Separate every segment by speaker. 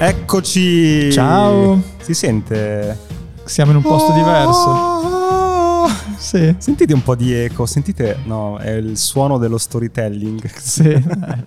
Speaker 1: Eccoci.
Speaker 2: Ciao.
Speaker 1: Si sente?
Speaker 2: Siamo in un
Speaker 1: Oh.
Speaker 2: posto diverso.
Speaker 1: diverso.
Speaker 2: Sì,
Speaker 1: Sentite un po' di eco, sentite? No, è il suono dello storytelling.
Speaker 2: sì.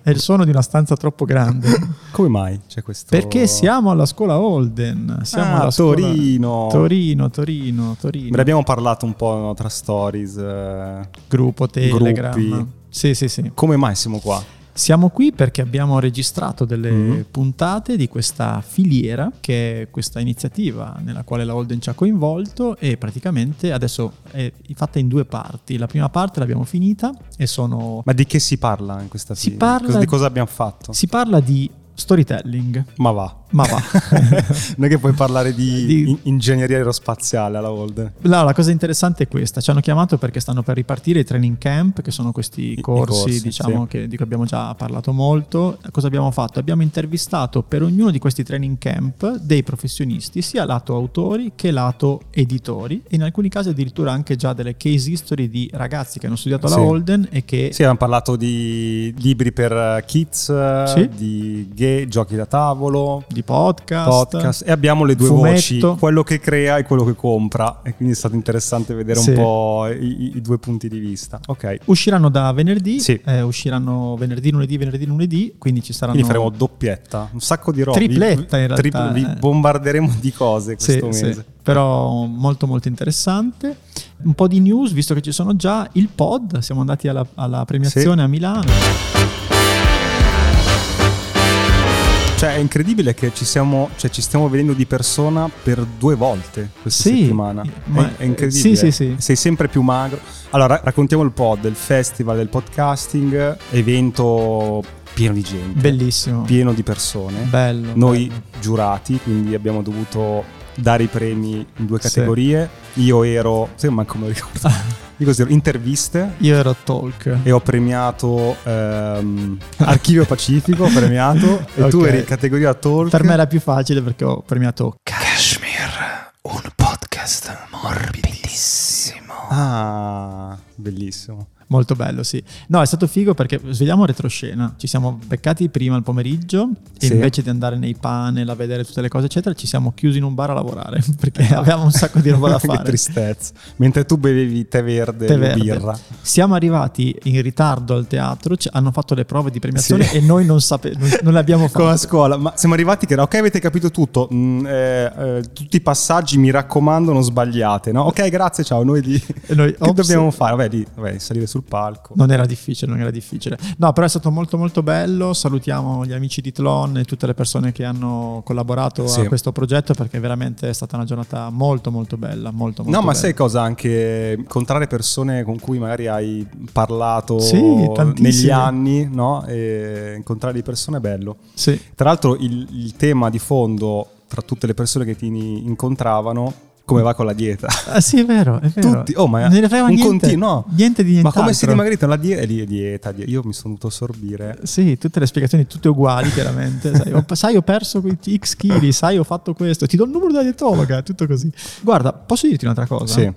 Speaker 2: È il suono di una stanza troppo grande.
Speaker 1: Come mai c'è questo?
Speaker 2: Perché siamo alla scuola Holden. Siamo
Speaker 1: Oh. Ah,
Speaker 2: alla scuola-
Speaker 1: Torino.
Speaker 2: Torino, Torino, Torino.
Speaker 1: Ne abbiamo parlato un po' no, tra stories. eh.
Speaker 2: Gruppo Telegram.
Speaker 1: Gruppi.
Speaker 2: Sì, sì, sì.
Speaker 1: Come mai siamo qua?
Speaker 2: Siamo qui perché abbiamo registrato delle
Speaker 1: Mm.
Speaker 2: puntate di questa filiera, che è questa iniziativa nella quale la Holden ci ha coinvolto e praticamente adesso è fatta in due parti. La prima parte l'abbiamo finita e sono...
Speaker 1: Ma di che si parla in questa
Speaker 2: Si
Speaker 1: fine?
Speaker 2: parla
Speaker 1: Cosa- Di
Speaker 2: di-
Speaker 1: cosa abbiamo fatto?
Speaker 2: Si parla di storytelling,
Speaker 1: Ma va.
Speaker 2: ma va.
Speaker 1: non è che puoi parlare di,
Speaker 2: Di-
Speaker 1: in- ingegneria aerospaziale alla Holden.
Speaker 2: No, la cosa interessante è questa, ci hanno chiamato perché stanno per ripartire i training camp, che sono questi
Speaker 1: I- i
Speaker 2: corsi,
Speaker 1: corsi,
Speaker 2: diciamo,
Speaker 1: sì.
Speaker 2: che- di cui abbiamo già parlato molto. Cosa abbiamo fatto? Abbiamo intervistato per ognuno di questi training camp dei professionisti, sia lato autori che lato editori, e in alcuni casi addirittura anche già delle case history di ragazzi che hanno studiato alla
Speaker 1: Sì.
Speaker 2: Holden e che...
Speaker 1: Sì, abbiamo parlato di libri per eh, kids, eh,
Speaker 2: Sì.
Speaker 1: di gay, giochi da tavolo,
Speaker 2: Di podcast,
Speaker 1: podcast e abbiamo le due
Speaker 2: fumetto.
Speaker 1: voci, quello che crea e quello che compra e quindi è stato interessante vedere
Speaker 2: Sì.
Speaker 1: un po' i, i due punti di vista. Ok,
Speaker 2: Usciranno da venerdì,
Speaker 1: Sì.
Speaker 2: eh, usciranno venerdì, lunedì, venerdì, lunedì, quindi ci saranno...
Speaker 1: quindi faremo doppietta, un sacco di roba.
Speaker 2: Tripletta, in realtà,
Speaker 1: vi
Speaker 2: eh.
Speaker 1: bombarderemo di cose
Speaker 2: Sì,
Speaker 1: questo
Speaker 2: sì,
Speaker 1: mese.
Speaker 2: però molto molto interessante. Un po' di news, visto che ci sono già il pod, siamo andati alla, alla premiazione a Milano.
Speaker 1: Cioè è incredibile che ci, siamo, cioè, ci stiamo vedendo di persona per due volte questa
Speaker 2: Sì,
Speaker 1: settimana.
Speaker 2: ma-
Speaker 1: è, è incredibile.
Speaker 2: sì, sì, sì.
Speaker 1: Sei sempre più magro. Allora raccontiamo il pod, il festival del podcasting, evento pieno di gente,
Speaker 2: Bellissimo.
Speaker 1: pieno di persone.
Speaker 2: Bello.
Speaker 1: Noi
Speaker 2: bello.
Speaker 1: giurati, quindi abbiamo dovuto dare i premi in due categorie. Io ero, sai manco me lo ricordo, Io così ero interviste
Speaker 2: Io ero a Talk.
Speaker 1: e ho premiato ehm, Archivio Pacifico, ho premiato, e tu
Speaker 2: Ok.
Speaker 1: eri in categoria talk.
Speaker 2: Per me era più facile perché ho premiato
Speaker 3: Kashmir, un podcast morbidissimo.
Speaker 1: Ah, bellissimo.
Speaker 2: molto bello, sì. No, è stato figo perché svegliamo retroscena. Ci siamo beccati prima al pomeriggio e
Speaker 1: Sì.
Speaker 2: invece di andare nei panel a vedere tutte le cose eccetera, ci siamo chiusi in un bar a lavorare perché avevamo un sacco di roba da
Speaker 1: che
Speaker 2: fare.
Speaker 1: tristezza. Mentre tu bevevi tè verde
Speaker 2: Tè
Speaker 1: e
Speaker 2: verde. Esatto.
Speaker 1: birra.
Speaker 2: Siamo arrivati in ritardo al teatro, ci- hanno fatto le prove di premiazione
Speaker 1: Sì.
Speaker 2: e noi non, sape- non, non le abbiamo
Speaker 1: Con la
Speaker 2: fatte.
Speaker 1: scuola, ma siamo arrivati che era, ok avete capito tutto, Mm, eh, eh, tutti i passaggi mi raccomando non sbagliate, no? Ok grazie, ciao, noi lì
Speaker 2: E noi,
Speaker 1: Che
Speaker 2: ops,
Speaker 1: dobbiamo fare? Vabbè, di, vabbè, salire sul palco.
Speaker 2: Non era difficile, non era difficile. No, però è stato molto molto bello. Salutiamo gli amici di Tlon e tutte le persone che hanno collaborato
Speaker 1: Sì.
Speaker 2: a questo progetto perché veramente è stata una giornata molto molto bella, molto molto
Speaker 1: No, ma
Speaker 2: bella.
Speaker 1: sai cosa? Anche incontrare persone con cui magari hai parlato
Speaker 2: Sì,
Speaker 1: negli
Speaker 2: tantissime.
Speaker 1: anni, no? E incontrare le persone è bello.
Speaker 2: Sì.
Speaker 1: Tra l'altro il, il tema di fondo tra tutte le persone che ti incontravano, come va con la dieta?
Speaker 2: Ah, sì, è vero, è vero.
Speaker 1: Tutti, oh, ma
Speaker 2: non ne frega
Speaker 1: un
Speaker 2: niente.
Speaker 1: continuo.
Speaker 2: Niente di niente.
Speaker 1: Ma come si dimagrita la dieta? Lì è dieta, die- io mi sono dovuto assorbire.
Speaker 2: Sì, tutte le spiegazioni tutte uguali chiaramente. sai, ho, sai, ho perso quei X chili, sai, ho fatto questo, ti do il numero della dietologa, tutto così. Guarda, posso dirti un'altra cosa?
Speaker 1: Sì.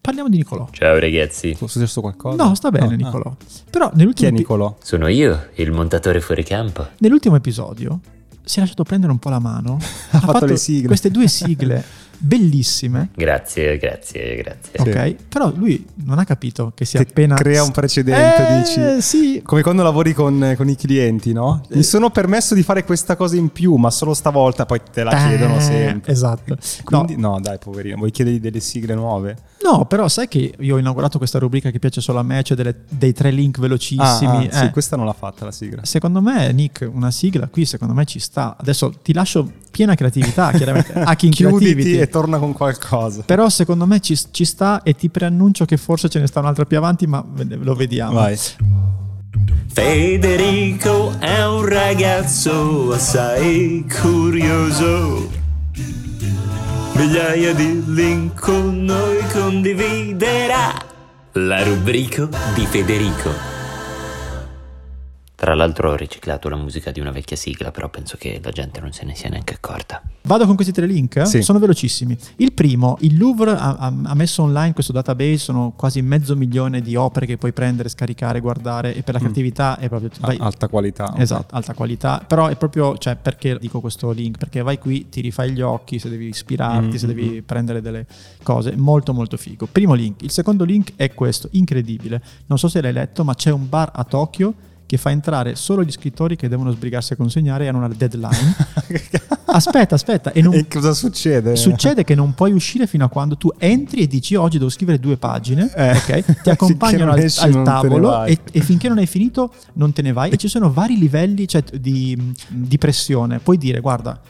Speaker 2: Parliamo di Nicolò.
Speaker 4: Ciao ragazzi,
Speaker 1: È successo qualcosa?
Speaker 2: No, sta bene
Speaker 1: ah.
Speaker 2: Nicolò. Però
Speaker 1: Chi è
Speaker 2: nell'ultimo,
Speaker 1: Nicolò?
Speaker 4: sono io, il montatore fuori campo.
Speaker 2: nell'ultimo episodio si è lasciato prendere un po' la mano. ha,
Speaker 1: fatto le sigle.
Speaker 2: Queste due sigle bellissime.
Speaker 4: Grazie, grazie, grazie.
Speaker 1: Sì.
Speaker 2: Ok, però lui non ha capito che si è
Speaker 1: Che
Speaker 2: appena
Speaker 1: crea un precedente,
Speaker 2: Eh,
Speaker 1: dici.
Speaker 2: Sì,
Speaker 1: Come quando lavori con, con i clienti, no?
Speaker 2: Eh.
Speaker 1: Mi sono permesso di fare questa cosa in più, ma solo stavolta poi te la chiedono
Speaker 2: Eh,
Speaker 1: sempre.
Speaker 2: Esatto. No,
Speaker 1: Quindi, no. dai, poverino, vuoi chiedergli delle sigle nuove?
Speaker 2: No, però sai che io ho inaugurato questa rubrica che piace solo a me, cioè delle- dei tre link velocissimi.
Speaker 1: ah, sì,
Speaker 2: eh.
Speaker 1: questa non l'ha fatta la sigla.
Speaker 2: Secondo me, Nick, una sigla qui secondo me ci sta. Adesso ti lascio piena creatività, chiaramente, a chi in
Speaker 1: Chiuditi
Speaker 2: creativity.
Speaker 1: e torna con qualcosa.
Speaker 2: Però secondo me ci, ci sta e ti preannuncio che forse ce ne sta un'altra più avanti, ma ve- lo vediamo.
Speaker 1: Vai.
Speaker 3: Federico è un ragazzo assai curioso. Migliaia di link con noi condividerà. La rubrica di Federico.
Speaker 4: Tra l'altro ho riciclato la musica di una vecchia sigla, però penso che la gente non se ne sia neanche accorta.
Speaker 2: Vado con questi tre link?
Speaker 1: Sì.
Speaker 2: Sono velocissimi. Il primo, il Louvre ha, ha- ha messo online questo database, sono quasi mezzo milione di opere che puoi prendere, scaricare, guardare e per la
Speaker 1: Mm.
Speaker 2: creatività è proprio... vai-
Speaker 1: Alta qualità.
Speaker 2: Esatto, alta qualità, però è proprio, cioè perché dico questo link? Perché vai qui, ti rifai gli occhi se devi
Speaker 1: Mm,
Speaker 2: ispirarti, se
Speaker 1: mm,
Speaker 2: devi prendere delle cose, molto molto figo. Primo link, il secondo link è questo, incredibile, non so se l'hai letto ma c'è un bar a Tokyo che fa entrare solo gli scrittori che devono sbrigarsi a consegnare e hanno una deadline. aspetta, aspetta, e non,
Speaker 1: E cosa succede?
Speaker 2: Succede che non puoi uscire fino a quando tu entri e dici oggi devo scrivere due pagine,
Speaker 1: Eh,
Speaker 2: ok? Ti
Speaker 1: finché
Speaker 2: accompagnano
Speaker 1: non
Speaker 2: al,
Speaker 1: esci
Speaker 2: al
Speaker 1: non te ne
Speaker 2: tavolo
Speaker 1: vai.
Speaker 2: e, e finché non hai finito non te ne vai. E ci sono vari livelli cioè, di, di pressione. Puoi dire guarda,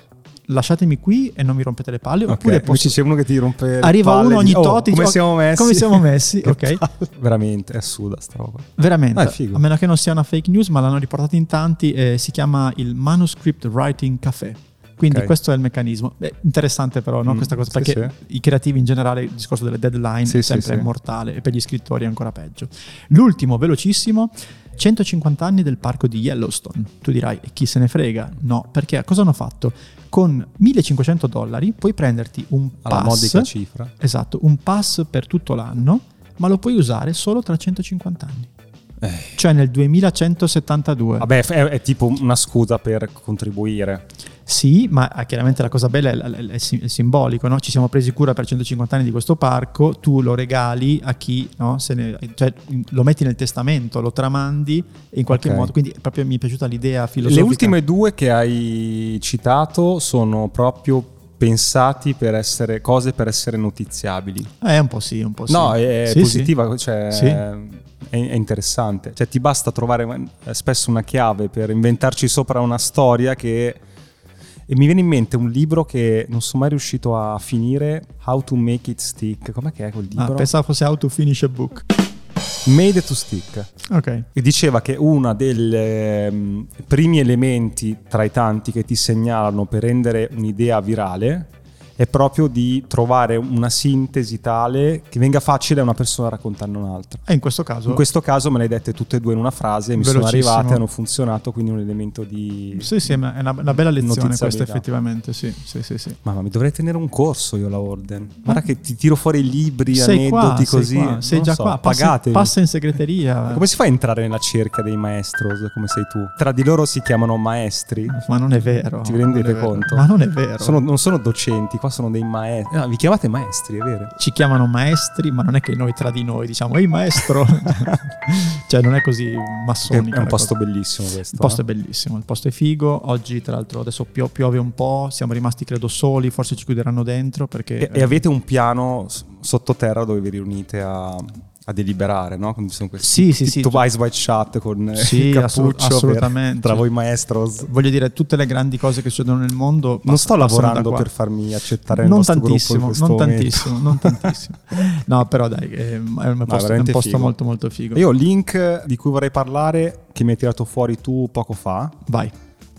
Speaker 2: lasciatemi qui e non mi rompete le palle,
Speaker 1: Ok,
Speaker 2: oppure posso-
Speaker 1: invece c'è uno che ti rompe le
Speaker 2: arriva
Speaker 1: palle,
Speaker 2: uno ogni
Speaker 1: dici, "Oh,
Speaker 2: tot. e
Speaker 1: come
Speaker 2: dice, "Oh,
Speaker 1: siamo messi
Speaker 2: Come siamo messi,
Speaker 1: Che
Speaker 2: ok?
Speaker 1: palle. veramente è suda sta roba
Speaker 2: Veramente,
Speaker 1: Ah, è figo.
Speaker 2: a meno che non sia una fake news, ma l'hanno riportata in tanti, eh, si chiama il Manuscript Writing Café. Quindi
Speaker 1: Ok.
Speaker 2: questo è il meccanismo. Beh, interessante però no,
Speaker 1: Mm,
Speaker 2: questa cosa,
Speaker 1: sì,
Speaker 2: perché i creativi in generale, il discorso delle deadline
Speaker 1: Sì,
Speaker 2: è
Speaker 1: sì,
Speaker 2: sempre
Speaker 1: sì.
Speaker 2: mortale e per gli scrittori è ancora peggio. L'ultimo, velocissimo, 150 anni del parco di Yellowstone. Tu dirai, "E chi se ne frega? No, perché cosa hanno fatto? Con 1500 dollari puoi prenderti un
Speaker 1: alla
Speaker 2: pass,
Speaker 1: modica cifra
Speaker 2: esatto, un pass per tutto l'anno, ma lo puoi usare solo tra 150 anni
Speaker 1: Eh.
Speaker 2: cioè nel 2172.
Speaker 1: vabbè è, è tipo una scusa per contribuire
Speaker 2: Sì, ma eh, chiaramente la cosa bella è, è- è sim- è simbolico, no? ci siamo presi cura per 150 anni di questo parco, tu lo regali a chi, no? Se ne- cioè, lo metti nel testamento, lo tramandi e in qualche
Speaker 1: Ok.
Speaker 2: modo, quindi proprio mi è piaciuta l'idea
Speaker 1: le
Speaker 2: filosofica.
Speaker 1: ultime due che hai citato sono proprio pensati per essere cose per essere notiziabili
Speaker 2: Eh, un po' sì, un po' sì.
Speaker 1: No, è
Speaker 2: Sì, sì.
Speaker 1: positiva, cioè,
Speaker 2: Sì. Ah,
Speaker 1: è, è interessante. Cioè, ti basta trovare eh, spesso una chiave per inventarci sopra una storia che... E mi viene in mente un libro che non sono mai riuscito a finire, How to Make It Stick. Com'è che è quel
Speaker 2: Ah,
Speaker 1: libro?
Speaker 2: pensavo fosse How to Finish a Book.
Speaker 1: Made to Stick.
Speaker 2: Ok.
Speaker 1: E diceva che uno dei ehm, primi elementi tra i tanti che ti segnalano per rendere un'idea virale è proprio di trovare una sintesi tale che venga facile a una persona raccontarne un'altra.
Speaker 2: E Eh, in questo caso...
Speaker 1: In questo caso me le hai dette tutte e due in una frase, mi sono
Speaker 2: Certo. Velocissimo.
Speaker 1: arrivate, hanno funzionato, quindi è un elemento di...
Speaker 2: Sì, sì, è una, è una- una bella lezione questa
Speaker 1: Notiziabilità.
Speaker 2: effettivamente, sì, sì, sì, sì.
Speaker 1: Mamma, mi dovrei tenere un corso io la Orden. Guarda che ti tiro fuori libri,
Speaker 2: Eh? Sei qua,
Speaker 1: aneddoti
Speaker 2: sei
Speaker 1: così.
Speaker 2: qua, sei
Speaker 1: non
Speaker 2: già
Speaker 1: so,
Speaker 2: qua, passa,
Speaker 1: Pagatevi.
Speaker 2: passa in segreteria.
Speaker 1: Come si fa a entrare nella cerca dei maestros come sei tu? Tra di loro si chiamano maestri.
Speaker 2: Ma non è vero.
Speaker 1: Ti rendete
Speaker 2: non è vero.
Speaker 1: conto?
Speaker 2: Ma non è vero.
Speaker 1: Sono- non sono docenti, qua sono dei maestri. No, vi chiamate maestri, è vero?
Speaker 2: Ci chiamano maestri, ma non è che noi tra di noi diciamo ehi maestro. cioè non è così
Speaker 1: È,
Speaker 2: massonica.
Speaker 1: è un
Speaker 2: la
Speaker 1: posto
Speaker 2: cosa.
Speaker 1: bellissimo questo.
Speaker 2: Il posto
Speaker 1: eh?
Speaker 2: è bellissimo, il posto è figo. Oggi, tra l'altro, adesso pio- piove un po', siamo rimasti credo soli, forse ci chiuderanno dentro perché eh,
Speaker 1: E, e avete un piano s- sottoterra dove vi riunite a, a deliberare, no? Quando ci sono questi
Speaker 2: Sì, sì, sì.
Speaker 1: tutto Wise White Chat con eh,
Speaker 2: Sì,
Speaker 1: il
Speaker 2: assolut-
Speaker 1: cappuccio per-
Speaker 2: assolutamente.
Speaker 1: tra voi maestros.
Speaker 2: voglio dire tutte le grandi cose che succedono nel mondo.
Speaker 1: Non
Speaker 2: pass-
Speaker 1: sto
Speaker 2: passano da
Speaker 1: lavorando
Speaker 2: qua.
Speaker 1: per farmi accettare nel
Speaker 2: non
Speaker 1: nostro gruppo in
Speaker 2: tantissimo,
Speaker 1: questo
Speaker 2: non
Speaker 1: momento.
Speaker 2: tantissimo, non tantissimo. No, però dai, è un è un posto, è un
Speaker 1: veramente
Speaker 2: posto
Speaker 1: figo.
Speaker 2: molto molto figo.
Speaker 1: Io ho il link di cui vorrei parlare che mi hai tirato fuori tu poco fa,
Speaker 2: Vai.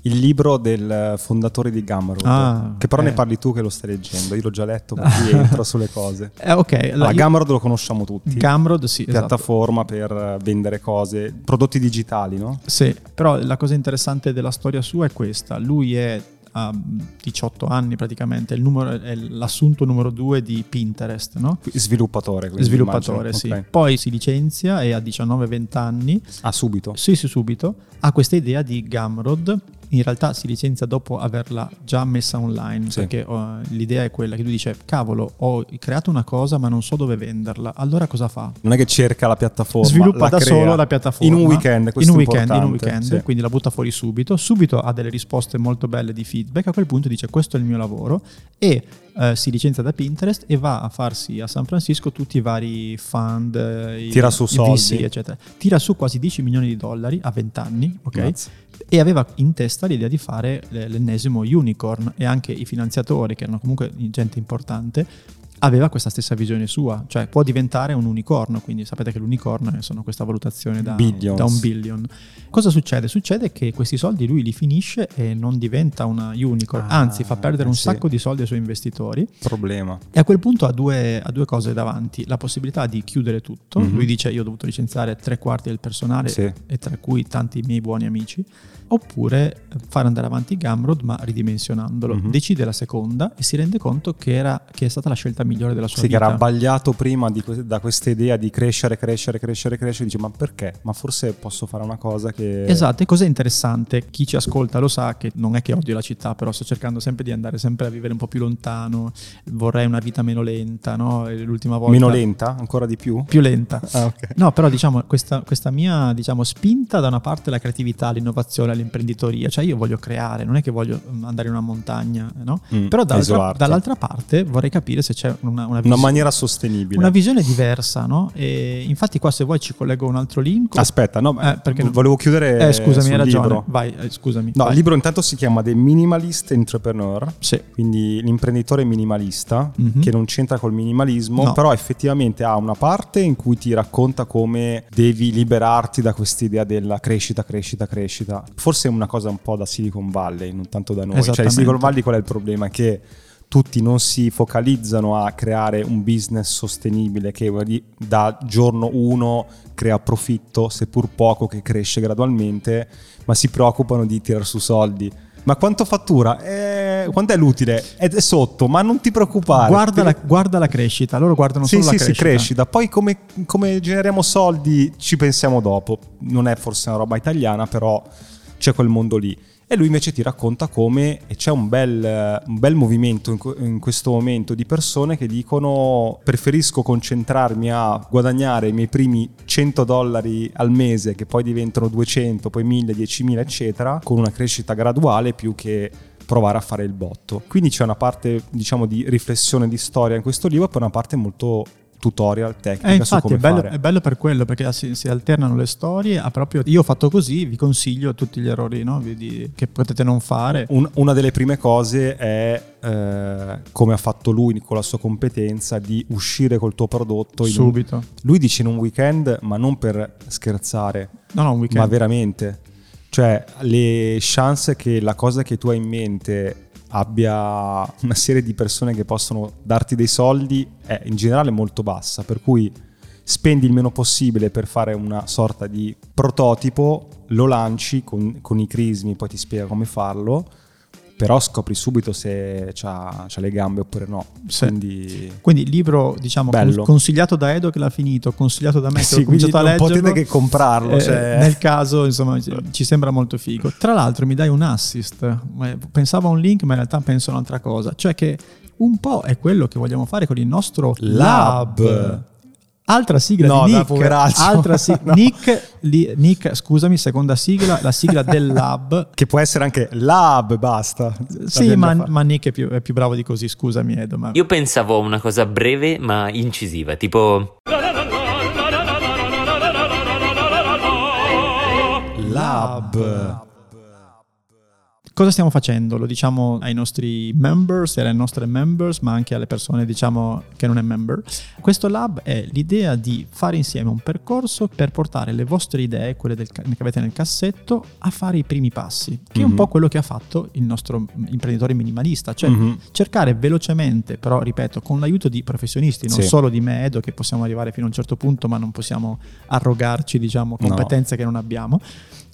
Speaker 1: il libro del fondatore di Gumroad,
Speaker 2: Ah,
Speaker 1: che però
Speaker 2: eh.
Speaker 1: ne parli tu che lo stai leggendo, io l'ho già letto, quindi entro sulle cose.
Speaker 2: Eh, ok, allora
Speaker 1: Allora,
Speaker 2: io-
Speaker 1: Gumroad lo conosciamo tutti,
Speaker 2: Gumroad, sì, esatto.
Speaker 1: piattaforma per vendere cose, prodotti digitali, no?
Speaker 2: Sì, però la cosa interessante della storia sua è questa. Lui è a 18 anni praticamente, è il numero- è l'assunto numero 2 di Pinterest, no?
Speaker 1: Sviluppatore, quindi,
Speaker 2: Sviluppatore, sì.
Speaker 1: immagino. Ok.
Speaker 2: Poi si licenzia e a 19-20 anni,
Speaker 1: Ah, subito.
Speaker 2: sì, sì, subito, ha questa idea di Gumroad. In realtà si licenzia dopo averla già messa online,
Speaker 1: Sì.
Speaker 2: perché eh, l'idea è quella che lui dice, cavolo, ho creato una cosa ma non so dove venderla, allora cosa fa?
Speaker 1: Non è che cerca la piattaforma,
Speaker 2: sviluppa
Speaker 1: la
Speaker 2: da
Speaker 1: crea.
Speaker 2: solo la piattaforma
Speaker 1: In un weekend, questo
Speaker 2: in un
Speaker 1: è
Speaker 2: weekend, in un
Speaker 1: importante,
Speaker 2: weekend,
Speaker 1: sì.
Speaker 2: quindi la butta fuori subito subito ha delle risposte molto belle di feedback a quel punto dice questo è il mio lavoro e eh, si licenzia da Pinterest e va a farsi a San Francisco tutti i vari fund eh, i-
Speaker 1: Tira su
Speaker 2: i
Speaker 1: soldi.
Speaker 2: VC, eccetera tira su quasi 10 milioni di dollari a 20 anni ok
Speaker 1: Mazza.
Speaker 2: e aveva in testa l'idea di fare l- l'ennesimo unicorn e anche i finanziatori, che erano comunque gente importante, aveva questa stessa visione sua, cioè può diventare un unicorno, quindi sapete che l'unicorno è- sono questa valutazione da,
Speaker 1: Billions.
Speaker 2: da un billion. Cosa succede? Succede che questi soldi lui li finisce e non diventa una unicorn,
Speaker 1: Ah,
Speaker 2: anzi fa perdere un
Speaker 1: sì.
Speaker 2: sacco di soldi ai suoi investitori
Speaker 1: Problema.
Speaker 2: e a quel punto ha due, ha due cose davanti, la possibilità di chiudere tutto,
Speaker 1: Mhm.
Speaker 2: lui dice io ho dovuto licenziare tre quarti del personale
Speaker 1: Sì.
Speaker 2: e tra cui tanti miei buoni amici, oppure eh, far andare avanti Gamrod ma ridimensionandolo.
Speaker 1: Mhm.
Speaker 2: Decide la seconda e si rende conto che, era, che è stata la scelta migliore della
Speaker 1: Sì,
Speaker 2: sua
Speaker 1: che
Speaker 2: vita.
Speaker 1: era abbagliato prima di que- da questa idea di crescere, crescere, crescere, crescere. Dice, ma perché? Ma forse posso fare una cosa che...
Speaker 2: Esatto, e cos'è interessante? Chi ci ascolta lo sa che non è che odio la città, però sto cercando sempre di andare sempre a vivere un po' più lontano, vorrei una vita meno lenta, no? E L'ultima volta...
Speaker 1: Meno lenta, ancora di più?
Speaker 2: Più lenta.
Speaker 1: Ah, ok.
Speaker 2: No, però diciamo questa, questa mia diciamo, spinta da una parte è la creatività, l'innovazione, l'imprenditoria, cioè io voglio creare, non è che voglio mm, andare in una montagna, no?
Speaker 1: Mm,
Speaker 2: Però dall'altra,
Speaker 1: isolarti.
Speaker 2: dall'altra parte vorrei capire se c'è una, una
Speaker 1: Una
Speaker 2: visione,
Speaker 1: maniera sostenibile.
Speaker 2: una visione diversa, no? E infatti qua se vuoi ci collego un altro link.
Speaker 1: Aspetta, no,
Speaker 2: Eh, perché no?
Speaker 1: volevo chiudere
Speaker 2: Eh, scusami,
Speaker 1: sul
Speaker 2: hai ragione.
Speaker 1: libro.
Speaker 2: Vai, eh, scusami.
Speaker 1: No,
Speaker 2: vai.
Speaker 1: il libro intanto si chiama The Minimalist Entrepreneur,
Speaker 2: Sì.
Speaker 1: quindi l'imprenditore minimalista,
Speaker 2: Mhm.
Speaker 1: che non c'entra col minimalismo,
Speaker 2: No.
Speaker 1: però effettivamente ha una parte in cui ti racconta come devi liberarti da quest'idea della crescita, crescita, crescita. Forse è una cosa un po' da Silicon Valley, non tanto da noi. Cioè, in
Speaker 2: Esattamente.
Speaker 1: Silicon Valley qual è il problema? Che tutti non si focalizzano a creare un business sostenibile che magari da giorno uno crea profitto, seppur poco, che cresce gradualmente, ma si preoccupano di tirar su soldi. Ma quanto fattura? Eh, quanto è l'utile? È è sotto, ma non ti preoccupare.
Speaker 2: Guarda
Speaker 1: Ti-
Speaker 2: la, guarda la crescita, loro guardano
Speaker 1: sì,
Speaker 2: solo
Speaker 1: sì,
Speaker 2: la
Speaker 1: sì,
Speaker 2: crescita.
Speaker 1: crescita. Poi come, come generiamo soldi ci pensiamo dopo. Non è forse una roba italiana, però c'è quel mondo lì. E lui invece ti racconta come e c'è un bel, un bel movimento in, que- in questo momento di persone che dicono preferisco concentrarmi a guadagnare i miei primi 100 dollari al mese che poi diventano 200, poi 1000, 10.000 eccetera, con una crescita graduale più che provare a fare il botto. Quindi c'è una parte, diciamo, di riflessione di storia in questo libro e poi una parte molto tutorial tecnica
Speaker 2: Eh,
Speaker 1: su
Speaker 2: infatti
Speaker 1: come
Speaker 2: è bello,
Speaker 1: fare.
Speaker 2: è bello per quello perché si, si alternano le storie a proprio io ho fatto così vi consiglio tutti gli errori no, vi- di- che potete non fare
Speaker 1: Un- una delle prime cose è eh, come ha fatto lui con la sua competenza di uscire col tuo prodotto in un-
Speaker 2: subito
Speaker 1: lui dice in un weekend, ma non per scherzare,
Speaker 2: no no un
Speaker 1: ma
Speaker 2: weekend
Speaker 1: veramente. Cioè, le chance che la cosa che tu hai in mente abbia una serie di persone che possono darti dei soldi è in generale molto bassa, per cui spendi il meno possibile per fare una sorta di prototipo, lo lanci con, con i crismi, poi ti spiega come farlo, però scopri subito se c'ha, c'ha le gambe oppure no.
Speaker 2: Sì.
Speaker 1: Quindi...
Speaker 2: quindi il libro diciamo
Speaker 1: Bello.
Speaker 2: con- consigliato da Edo che l'ha finito consigliato da me che
Speaker 1: Sì,
Speaker 2: ho cominciato a
Speaker 1: quindi non
Speaker 2: leggerlo Eh,
Speaker 1: potete che comprarlo, cioè-
Speaker 2: nel caso insomma ci- ci sembra molto figo tra l'altro mi dai un assist Eh, pensavo a un link ma in realtà penso a un'altra cosa cioè che un po' è quello che vogliamo fare con il nostro
Speaker 1: Lab.
Speaker 2: lab, Altra sigla
Speaker 1: No,
Speaker 2: di
Speaker 1: dai,
Speaker 2: Nick,
Speaker 1: poveraccio.
Speaker 2: altra si-
Speaker 1: No.
Speaker 2: Nick, li- Nick, scusami, seconda sigla, la sigla del lab
Speaker 1: Che può essere anche lab, basta.
Speaker 2: Sì,
Speaker 1: L'abbiamo
Speaker 2: ma,
Speaker 1: già fatto.
Speaker 2: ma Nick è più, è più bravo di così, scusami Edo, ma
Speaker 4: Io pensavo a una cosa breve ma incisiva, tipo
Speaker 1: Lab.
Speaker 2: cosa stiamo facendo? Lo diciamo ai nostri members e alle nostre members, ma anche alle persone diciamo che non è member. Questo lab è l'idea di fare insieme un percorso per portare le vostre idee, quelle del ca- che avete nel cassetto, a fare i primi passi, che è un
Speaker 1: Mhm.
Speaker 2: po' quello che ha fatto il nostro mm, imprenditore minimalista, cioè
Speaker 1: Mhm.
Speaker 2: cercare velocemente, però ripeto, con l'aiuto di professionisti, non
Speaker 1: Sì.
Speaker 2: solo di me, Edo, che possiamo arrivare fino a un certo punto, ma non possiamo arrogarci, diciamo,
Speaker 1: No.
Speaker 2: competenze che non abbiamo,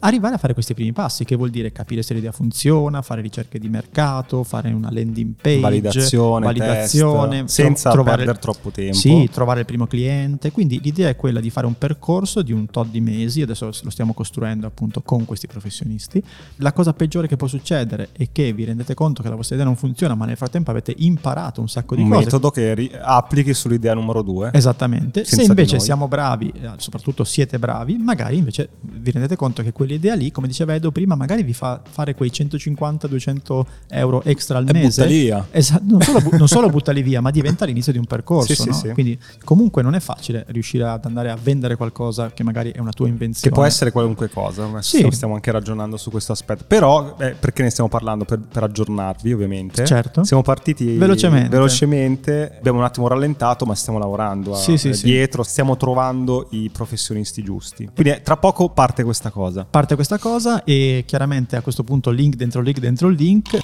Speaker 2: arrivare a fare questi primi passi, che vuol dire capire se l'idea funziona, fare ricerche di mercato, fare una landing page,
Speaker 1: Validazione,
Speaker 2: validazione,
Speaker 1: test,
Speaker 2: tro-
Speaker 1: senza perdere troppo tempo.
Speaker 2: Sì, trovare il primo cliente. Quindi l'idea è quella di fare un percorso di un tot di mesi, adesso lo stiamo costruendo appunto con questi professionisti. La cosa peggiore che può succedere è che vi rendete conto che la vostra idea non funziona, ma nel frattempo avete imparato un sacco di
Speaker 1: un
Speaker 2: cose. Esatto.
Speaker 1: metodo che ri- applichi sull'idea numero due.
Speaker 2: Esattamente,
Speaker 1: Senza
Speaker 2: se
Speaker 1: di
Speaker 2: invece
Speaker 1: noi.
Speaker 2: siamo bravi, eh, soprattutto siete bravi, magari invece vi rendete conto che quel quell'idea lì, come diceva Edo prima, magari vi fa fare quei 150-200 euro extra al
Speaker 1: E
Speaker 2: mese.
Speaker 1: butta via.
Speaker 2: Esatto, non solo, bu- non solo buttali via, ma diventa l'inizio di un percorso.
Speaker 1: Sì, sì,
Speaker 2: no?
Speaker 1: sì.
Speaker 2: Quindi comunque non è facile riuscire ad andare a vendere qualcosa che magari è una tua
Speaker 1: Che
Speaker 2: invenzione.
Speaker 1: può essere qualunque cosa, ma
Speaker 2: Sì.
Speaker 1: stiamo- stiamo anche ragionando su questo aspetto. Però, eh, perché ne stiamo parlando? Per, per aggiornarvi, ovviamente.
Speaker 2: Certo.
Speaker 1: Siamo partiti
Speaker 2: Velocemente.
Speaker 1: velocemente, abbiamo un attimo rallentato, ma stiamo lavorando a-
Speaker 2: Sì, sì,
Speaker 1: eh,
Speaker 2: sì.
Speaker 1: dietro, stiamo trovando i professionisti giusti. Quindi eh, tra poco parte questa cosa.
Speaker 2: Parte questa cosa e chiaramente a questo punto link dentro link dentro link.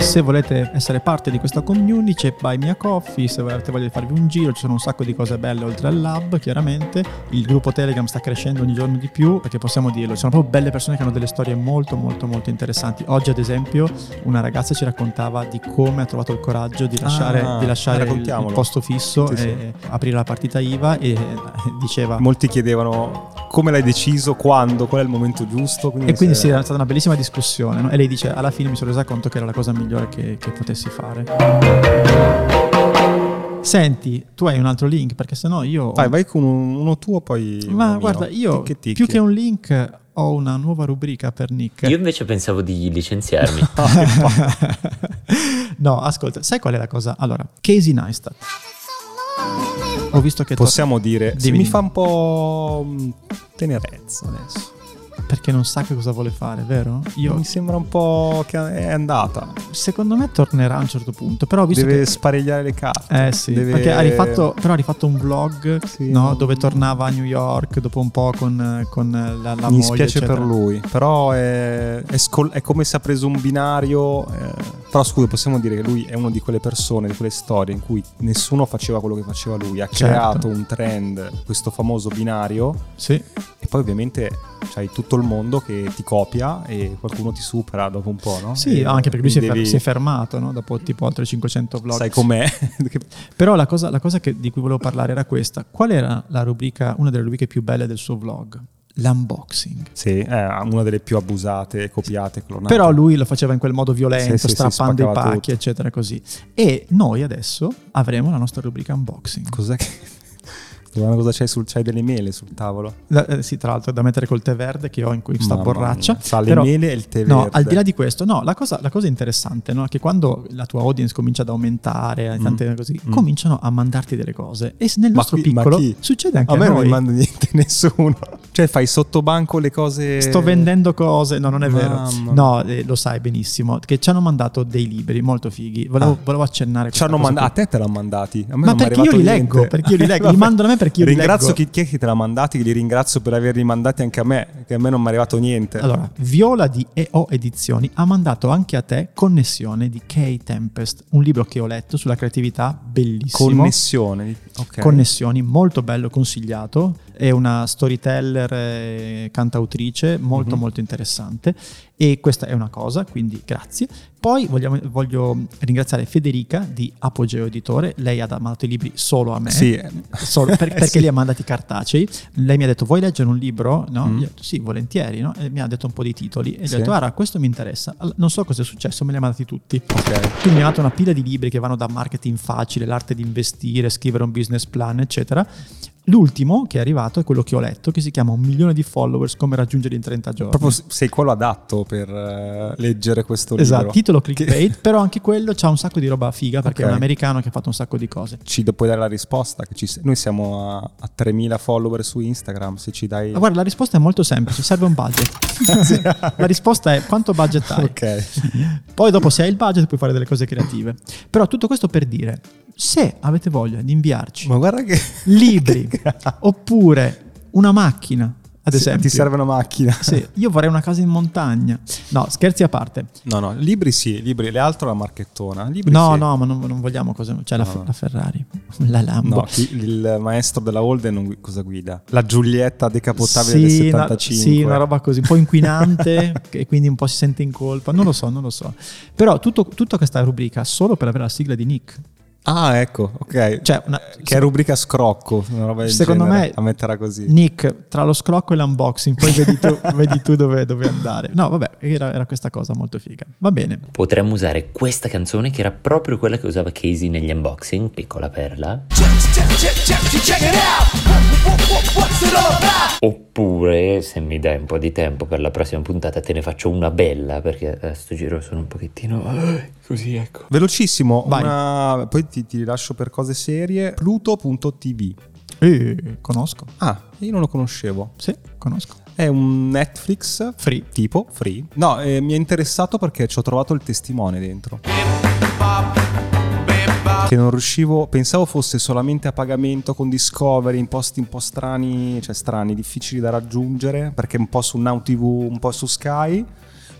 Speaker 2: Se volete essere parte di questa community c'è Buy Me a Coffee, se avete voglia di farvi un giro, ci sono un sacco di cose belle oltre al lab, chiaramente. Il gruppo Telegram sta crescendo ogni giorno di più, perché possiamo dirlo, ci sono proprio belle persone che hanno delle storie molto molto molto interessanti. Oggi ad esempio una ragazza ci raccontava di come ha trovato il coraggio di lasciare,
Speaker 1: Ah,
Speaker 2: di lasciare il, il
Speaker 1: raccontiamolo.
Speaker 2: posto fisso
Speaker 1: Sì, sì.
Speaker 2: e aprire la partita IVA e eh, diceva
Speaker 1: Molti chiedevano come l'hai deciso, quando, qual è il momento giusto. Quindi
Speaker 2: E quindi
Speaker 1: se-
Speaker 2: sì, era stata una bellissima discussione. no? E lei dice: Alla fine mi sono resa conto che era la cosa migliore che, che potessi fare. Senti, tu hai un altro link perché sennò io.
Speaker 1: Vai, vai con un- uno tuo, poi. uno
Speaker 2: Ma
Speaker 1: mio.
Speaker 2: guarda, io
Speaker 1: Ticchi, ticchi.
Speaker 2: più che un link ho una nuova rubrica per Nick.
Speaker 4: Io invece pensavo di licenziarmi.
Speaker 2: no, ascolta, sai qual è la cosa? Allora, Casey Neistat. Ho visto che
Speaker 1: Possiamo dire. sì,
Speaker 2: Dimmi,
Speaker 1: mi
Speaker 2: dimmi.
Speaker 1: fa un po' mh, tenerezza adesso.
Speaker 2: perché non sa che cosa vuole fare, vero? Io
Speaker 1: Mi sembra un po' che è andata.
Speaker 2: secondo me tornerà a un certo punto, però ho visto
Speaker 1: Deve
Speaker 2: che
Speaker 1: sparegliare le carte.
Speaker 2: Eh sì,
Speaker 1: Cioè, Deve-
Speaker 2: perché ha rifatto, però ha rifatto un vlog
Speaker 1: Sì,
Speaker 2: no,
Speaker 1: non-
Speaker 2: dove tornava a New York dopo un po' con, con la, la moglie.
Speaker 1: Mi dispiace
Speaker 2: eccetera.
Speaker 1: per lui, però è, è scol- è come se ha preso un binario. eh, però scusa, possiamo dire che lui è una di quelle persone, di quelle storie in cui nessuno faceva quello che faceva lui. Ha
Speaker 2: Certo.
Speaker 1: creato un trend, questo famoso binario,
Speaker 2: Sì,
Speaker 1: e poi ovviamente c'hai tutto il mondo che ti copia e qualcuno ti supera dopo un po', no?
Speaker 2: Sì,
Speaker 1: E
Speaker 2: anche perché lui si è, fer-
Speaker 1: devi-
Speaker 2: si è fermato no, dopo tipo oltre 500 vlog.
Speaker 1: Sai com'è? Che-
Speaker 2: Però la cosa, la cosa che- di cui volevo parlare era questa. Qual era la rubrica, una delle rubriche più belle del suo vlog? L'unboxing.
Speaker 1: sì, è una delle più abusate, copiate, clonate.
Speaker 2: Però lui lo faceva in quel modo violento,
Speaker 1: Sì, sì, sì,
Speaker 2: strappando i
Speaker 1: spaccava
Speaker 2: pacchi,
Speaker 1: tutto.
Speaker 2: eccetera, così. E noi adesso avremo la nostra rubrica unboxing.
Speaker 1: Cos'è che. Giovanna, cosa c'hai sul c'hai delle mele sul tavolo?
Speaker 2: La- eh, sì, tra l'altro è da mettere col tè verde che ho in questa
Speaker 1: Mamma
Speaker 2: borraccia.
Speaker 1: mia. Sa le
Speaker 2: Però-
Speaker 1: mele e il tè
Speaker 2: No,
Speaker 1: verde.
Speaker 2: al di là di questo, no, la cosa, la cosa interessante no, è che quando la tua audience comincia ad aumentare, eh, tante così,
Speaker 1: Mm.
Speaker 2: cominciano a mandarti delle cose. E s- nel
Speaker 1: Ma
Speaker 2: nostro
Speaker 1: chi- ma
Speaker 2: piccolo
Speaker 1: chi?
Speaker 2: succede anche
Speaker 1: A
Speaker 2: a,
Speaker 1: me non
Speaker 2: noi.
Speaker 1: mi manda niente nessuno. Cioè, fai sottobanco le cose.
Speaker 2: Sto vendendo cose, no, non è
Speaker 1: Mamma
Speaker 2: vero. No, eh, lo sai benissimo, che ci hanno mandato dei libri molto fighi. Volevo,
Speaker 1: Ah.
Speaker 2: volevo accennare
Speaker 1: Ci
Speaker 2: questa
Speaker 1: hanno
Speaker 2: cosa
Speaker 1: manda-
Speaker 2: qui.
Speaker 1: a te te l'hanno mandati. A me
Speaker 2: Ma
Speaker 1: non mi è
Speaker 2: perché io
Speaker 1: arrivato
Speaker 2: li leggo,
Speaker 1: niente.
Speaker 2: perché io li leggo, li
Speaker 1: Vabbè.
Speaker 2: mandano a me perché io li
Speaker 1: ringrazio
Speaker 2: leggo.
Speaker 1: Chi, chi è che te l'ha mandati, che li ringrazio per averli mandati anche a me, che a me non mi è arrivato niente.
Speaker 2: Allora, Viola di EO Edizioni ha mandato anche a te Connessione di Kay Tempest, un libro che ho letto sulla creatività, bellissimo.
Speaker 1: Connessione. Ok.
Speaker 2: Connessioni, molto bello, consigliato. È una storyteller, eh, cantautrice, molto
Speaker 1: Mhm.
Speaker 2: molto interessante. E questa è una cosa, quindi grazie. Poi vogliamo- voglio ringraziare Federica di Apogeo Editore, lei ha mandato i libri solo a me.
Speaker 1: Sì.
Speaker 2: Solo per- perché
Speaker 1: Sì.
Speaker 2: li ha mandati cartacei. Lei mi ha detto: Vuoi leggere un libro? No?
Speaker 1: Mm.
Speaker 2: Gli ho detto, sì, volentieri. no? E mi ha detto un po' di titoli. E gli
Speaker 1: Sì.
Speaker 2: ho detto: Guarda, questo mi interessa. All- Non so cosa è successo, me li ha mandati tutti.
Speaker 1: Ok.
Speaker 2: Quindi mi ha dato una pila di libri che vanno da marketing facile, l'arte di investire, scrivere un business plan, eccetera. L'ultimo che è arrivato è quello che ho letto, che si chiama Un milione di followers, come raggiungere in 30 giorni.
Speaker 1: Proprio s- sei quello adatto per eh, leggere questo libro.
Speaker 2: Esatto, titolo clickbait, però anche quello c'ha un sacco di roba figa perché è
Speaker 1: Ok.
Speaker 2: un americano che ha fatto un sacco di cose.
Speaker 1: Ci do- puoi dare la risposta. Che ci se- Noi siamo a, a 3.000 follower su Instagram. Se ci dai.
Speaker 2: Ma guarda, la risposta è molto semplice, serve un budget. la risposta è quanto budget hai?
Speaker 1: Ok.
Speaker 2: Poi dopo se hai il budget puoi fare delle cose creative. Però tutto questo per dire, se avete voglia di inviarci
Speaker 1: Ma guarda che.
Speaker 2: libri oppure una macchina, ad
Speaker 1: Se
Speaker 2: esempio.
Speaker 1: Ti serve una macchina.
Speaker 2: Sì, io vorrei una casa in montagna. No, scherzi a parte.
Speaker 1: No, no, libri sì, libri, le altre la marchettona. Libri
Speaker 2: No,
Speaker 1: sì.
Speaker 2: no, ma non, non vogliamo cose. C'è la,
Speaker 1: No, no.
Speaker 2: la Ferrari, la Lambo.
Speaker 1: No, chi- il maestro della Holden non gui- cosa guida? La Giulietta decapotabile
Speaker 2: Sì,
Speaker 1: del
Speaker 2: una-
Speaker 1: 75.
Speaker 2: sì, una roba così, un po' inquinante e quindi un po' si sente in colpa. Non lo so, non lo so. Però tutto, tutta questa rubrica solo per avere la sigla di Nick.
Speaker 1: Ah, ecco, ok.
Speaker 2: Cioè, una-
Speaker 1: Eh, che è rubrica scrocco, una roba del
Speaker 2: Secondo
Speaker 1: genere.
Speaker 2: me-
Speaker 1: la metterà così.
Speaker 2: Nick, tra lo scrocco e l'unboxing, poi vedi tu, vedi tu dove, dove andare. No, vabbè, era, era questa cosa molto figa. Va bene.
Speaker 4: Potremmo usare questa canzone che era proprio quella che usava Casey negli unboxing, piccola perla. Oppure, se mi dai un po' di tempo per la prossima puntata, te ne faccio una bella, perché a sto giro sono un pochettino... Così, ecco.
Speaker 1: Velocissimo,
Speaker 2: Vai.
Speaker 1: una- poi ti, ti rilascio per cose serie. Pluto.tv.
Speaker 2: Eh, conosco.
Speaker 1: Ah, io non lo conoscevo.
Speaker 2: Sì, conosco.
Speaker 1: È un Netflix
Speaker 2: Free.
Speaker 1: tipo free. No, eh, mi è interessato perché ci ho trovato il testimone dentro. Che non riuscivo, pensavo fosse solamente a pagamento con Discovery, in posti un po' strani, cioè strani, difficili da raggiungere, perché un po' su Now TV, un po' su Sky,